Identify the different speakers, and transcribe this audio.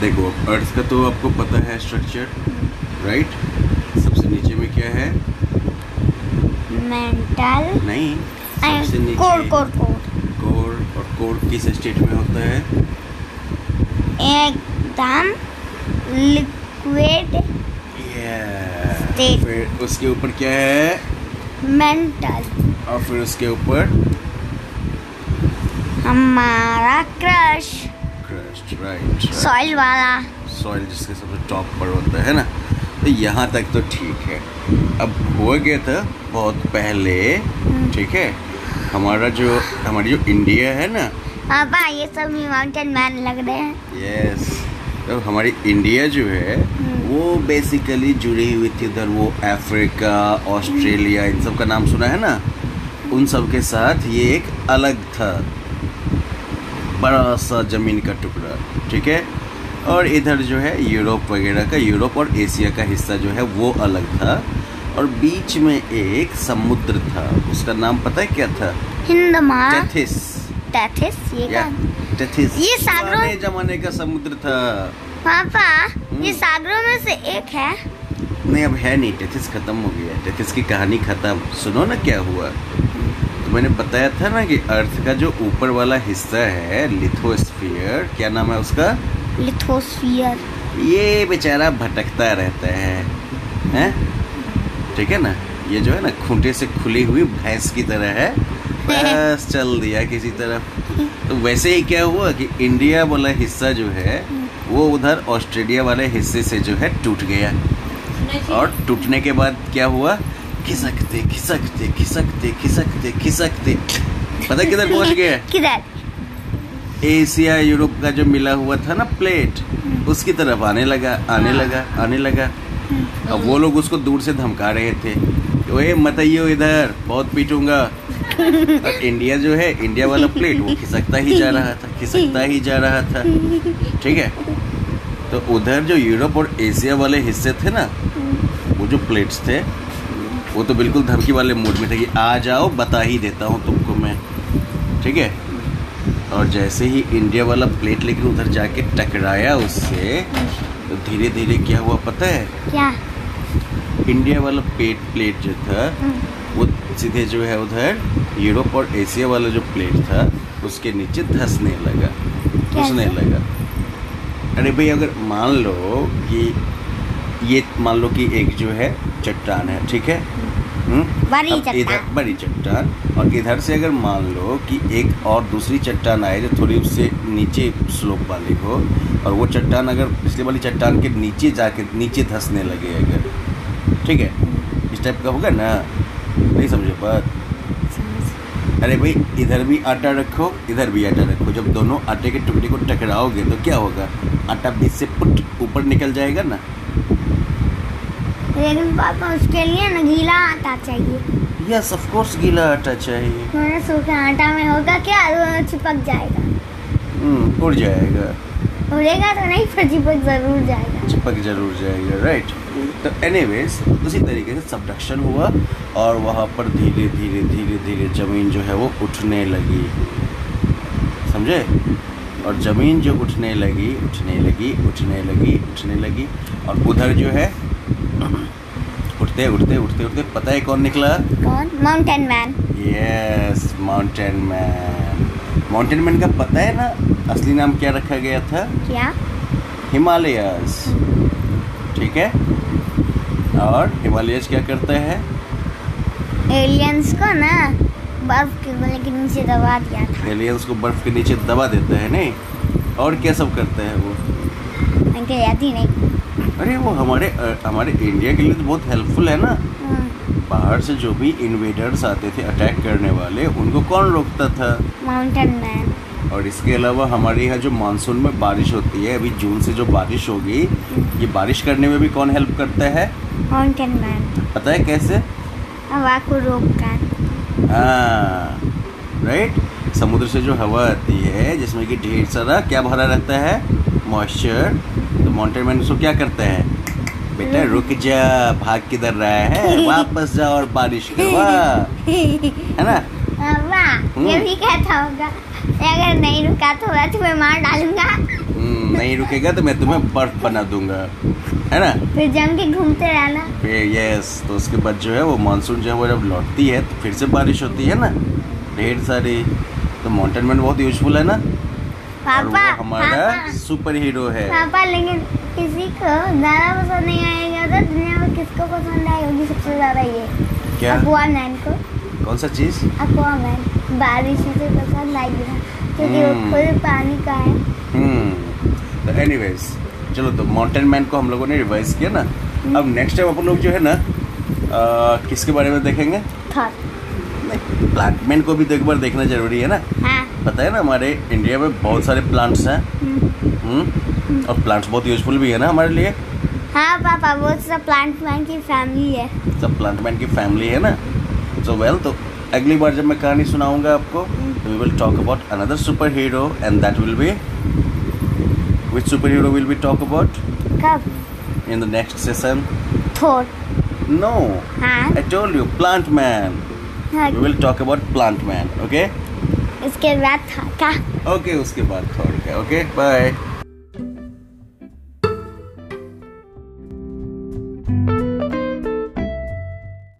Speaker 1: देखो अर्थ का तो आपको पता है स्ट्रक्चर राइट सबसे नीचे में क्या है
Speaker 2: मेंटल
Speaker 1: नहीं सबसे नीचे
Speaker 2: कोर कोर कोर
Speaker 1: कोर और कोर किस स्टेट में होता है
Speaker 2: एकदम लिक्विड
Speaker 1: yeah.
Speaker 2: State.
Speaker 1: फिर उसके ऊपर क्या है
Speaker 2: मेंटल
Speaker 1: और फिर उसके ऊपर
Speaker 2: हमारा क्रश
Speaker 1: क्रस्ट राइट
Speaker 2: सॉइल वाला
Speaker 1: सॉइल जिसके सबसे टॉप पर होता है ना तो यहाँ तक तो ठीक है अब हो गया था बहुत पहले ठीक है हमारा जो हमारी जो इंडिया है ना
Speaker 2: पापा ये सब माउंटेन मैन लग रहे हैं
Speaker 1: यस तो हमारी इंडिया जो है
Speaker 2: हम्म।
Speaker 1: वो बेसिकली जुड़ी हुई थी उधर वो अफ्रीका ऑस्ट्रेलिया इन सब का नाम सुना है ना उन सब के साथ ये एक अलग था बड़ा सा जमीन का टुकड़ा ठीक है और इधर जो है यूरोप वगैरह का यूरोप और एशिया का हिस्सा जो है वो अलग था और बीच में एक समुद्र था उसका नाम पता है क्या था
Speaker 2: हिंद महा
Speaker 1: टेथिस
Speaker 2: टैथिस हाँ। ये
Speaker 1: या
Speaker 2: कौन
Speaker 1: टेथिस
Speaker 2: ये सागरों-
Speaker 1: पुराने जमाने का समुद्र था
Speaker 2: पापा ये
Speaker 1: हम्म।
Speaker 2: सागरों में से एक है
Speaker 1: नहीं अब है नहीं टेथिस खत्म हो गया है टेथिस की कहानी खत्म सुनो ना क्या हुआ तो मैंने बताया था ना कि अर्थ का जो ऊपर वाला हिस्सा है लिथोस्फीयर क्या नाम है उसका
Speaker 2: लिथोस्फियर
Speaker 1: ये बेचारा भटकता रहता है हैं ठीक है ना ये जो है ना खूंटे से खुली हुई भैंस की तरह है बस चल दिया किसी तरफ तो वैसे ही क्या हुआ कि इंडिया वाला हिस्सा जो है वो उधर ऑस्ट्रेलिया वाले हिस्से से जो है टूट गया और टूटने के बाद क्या हुआ खिसकते खिसकते खिसकते खिसकते खिसकते पता किधर पहुंच गए
Speaker 2: किधर
Speaker 1: एशिया यूरोप का जो मिला हुआ था ना प्लेट उसकी तरफ आने लगा आने लगा आने लगा अब वो लोग उसको दूर से धमका रहे थे कि ओए मत आइयो इधर बहुत पीटूंगा और इंडिया जो है इंडिया वाला प्लेट वो खिसकता ही जा रहा था खिसकता ही जा रहा था ठीक है तो उधर जो यूरोप और एशिया वाले हिस्से थे ना वो जो प्लेट्स थे वो तो बिल्कुल धमकी वाले मूड में थे कि आ जाओ बता ही देता हूँ तुमको मैं ठीक है और जैसे ही इंडिया वाला प्लेट लेकिन उधर जाके टकराया उससे तो धीरे धीरे क्या हुआ पता है
Speaker 2: क्या
Speaker 1: इंडिया वाला पेट प्लेट जो था वो सीधे जो है उधर यूरोप और एशिया वाला जो प्लेट था उसके नीचे धंसने लगा घुसने
Speaker 2: कैसे?
Speaker 1: लगा अरे भाई अगर मान लो कि ये मान लो कि एक जो है चट्टान है ठीक है हम्म?
Speaker 2: बड़ी
Speaker 1: अब इधर
Speaker 2: चट्टान।
Speaker 1: बड़ी चट्टान और इधर से अगर मान लो कि एक और दूसरी चट्टान आए जो थोड़ी उससे नीचे स्लोप वाली हो और वो चट्टान अगर पिछले वाली चट्टान के नीचे जाके नीचे धंसने लगे अगर ठीक है इस टाइप का होगा ना नहीं समझे बात अरे भाई इधर भी आटा रखो इधर भी आटा रखो जब दोनों आटे के टुकड़े को टकराओगे तो क्या होगा आटा बीच से पुट ऊपर निकल जाएगा ना
Speaker 2: लेकिन पापा उसके लिए ना गीला आटा चाहिए
Speaker 1: यस ऑफ कोर्स गीला आटा चाहिए
Speaker 2: मैंने सूखा आटा में होगा क्या वो चिपक जाएगा
Speaker 1: हम्म, उड़ जाएगा
Speaker 2: उड़ेगा तो नहीं पर चिपक जरूर जाएगा
Speaker 1: चिपक जरूर जाएगा राइट तो एनीवेज उसी तरीके से सबडक्शन हुआ और वहाँ पर धीरे धीरे धीरे धीरे ज़मीन जो है वो उठने लगी समझे और ज़मीन जो उठने लगी उठने लगी उठने लगी उठने लगी और उधर जो है उठते उठते उठते उठते पता है कौन निकला
Speaker 2: कौन mountain man
Speaker 1: yes mountain man mountain man का पता है ना असली नाम क्या रखा गया था
Speaker 2: क्या
Speaker 1: हिमालयस ठीक है और हिमालयस क्या करता है
Speaker 2: एलियंस को ना बर्फ के गोले के नीचे दबा दिया था
Speaker 1: हिमालयस को बर्फ के नीचे दबा देता है नहीं और क्या सब करता है वो
Speaker 2: उनके याद ही नहीं
Speaker 1: अरे वो हमारे अ, हमारे इंडिया के लिए तो बहुत हेल्पफुल है ना
Speaker 2: हम्म,
Speaker 1: बाहर से जो भी इन्वेडर्स आते थे अटैक करने वाले उनको कौन रोकता था
Speaker 2: माउंटेन मैन
Speaker 1: और इसके अलावा हमारे यहाँ जो मानसून में बारिश होती है अभी जून से जो बारिश होगी ये बारिश करने में भी कौन हेल्प करता है
Speaker 2: माउंटेन मैन
Speaker 1: पता है कैसे
Speaker 2: हवा को रोक कर
Speaker 1: हाँ राइट समुद्र से जो हवा आती है जिसमें कि ढेर सारा क्या भरा रहता है मॉइस्चर तो माउंटेन मैन उसको क्या करता है बेटा रुक जा भाग किधर रहा है वापस जा और बारिश करवा है ना
Speaker 2: हवा ये
Speaker 1: हम्म।
Speaker 2: भी कहता होगा अगर नहीं रुका तो मैं तुम्हें मार डालूंगा
Speaker 1: हम्म, नहीं रुकेगा तो मैं तुम्हें बर्फ बना दूंगा है ना
Speaker 2: फिर जम के घूमते रहना
Speaker 1: फिर यस तो उसके बाद जो है वो मानसून जो है वो जब लौटती है तो फिर से बारिश होती है ना ढेर सारी तो माउंटेन मैन बहुत यूजफुल है ना और वो
Speaker 2: पापा
Speaker 1: हमारा
Speaker 2: पापा
Speaker 1: सुपर हीरो है
Speaker 2: पापा लेकिन किसी को ज्यादा पसंद नहीं आएगा तो दुनिया में किसको पसंद आई होगी सबसे ज्यादा ये
Speaker 1: क्या
Speaker 2: अक्वामैन को
Speaker 1: कौन सा चीज
Speaker 2: अक्वामैन बारिश से पसंद आएगी ना क्योंकि वो
Speaker 1: हम्म।
Speaker 2: खुद पानी का है
Speaker 1: हम्म तो एनीवेज चलो तो माउंटेन मैन को हम लोगों ने रिवाइज किया ना
Speaker 2: हम्म।
Speaker 1: अब नेक्स्ट टाइम अपन लोग जो है ना अ, किसके बारे में देखेंगे
Speaker 2: थॉट
Speaker 1: प्लांटमैन को भी तो एक बार देखना जरूरी है ना
Speaker 2: हाँ
Speaker 1: पता है ना हमारे इंडिया में बहुत सारे प्लांट्स हैं
Speaker 2: हम्म।
Speaker 1: हम्म? और प्लांट्स बहुत यूजफुल भी है ना हमारे लिए
Speaker 2: हाँ पापा वो सब प्लांट मैन की फैमिली है
Speaker 1: सब प्लांटमैन की फैमिली है ना सो वेल तो अगली बार जब मैं कहानी सुनाऊंगा आपको we will talk about another super hero and that will be which super hero will be talk about
Speaker 2: कब
Speaker 1: in the next session
Speaker 2: thought
Speaker 1: no
Speaker 2: हाँ
Speaker 1: I told you plant man
Speaker 2: हाँ,
Speaker 1: we will talk about plant man okay
Speaker 2: इसके बाद था का
Speaker 1: okay उसके बाद थोड़ा ओके बाय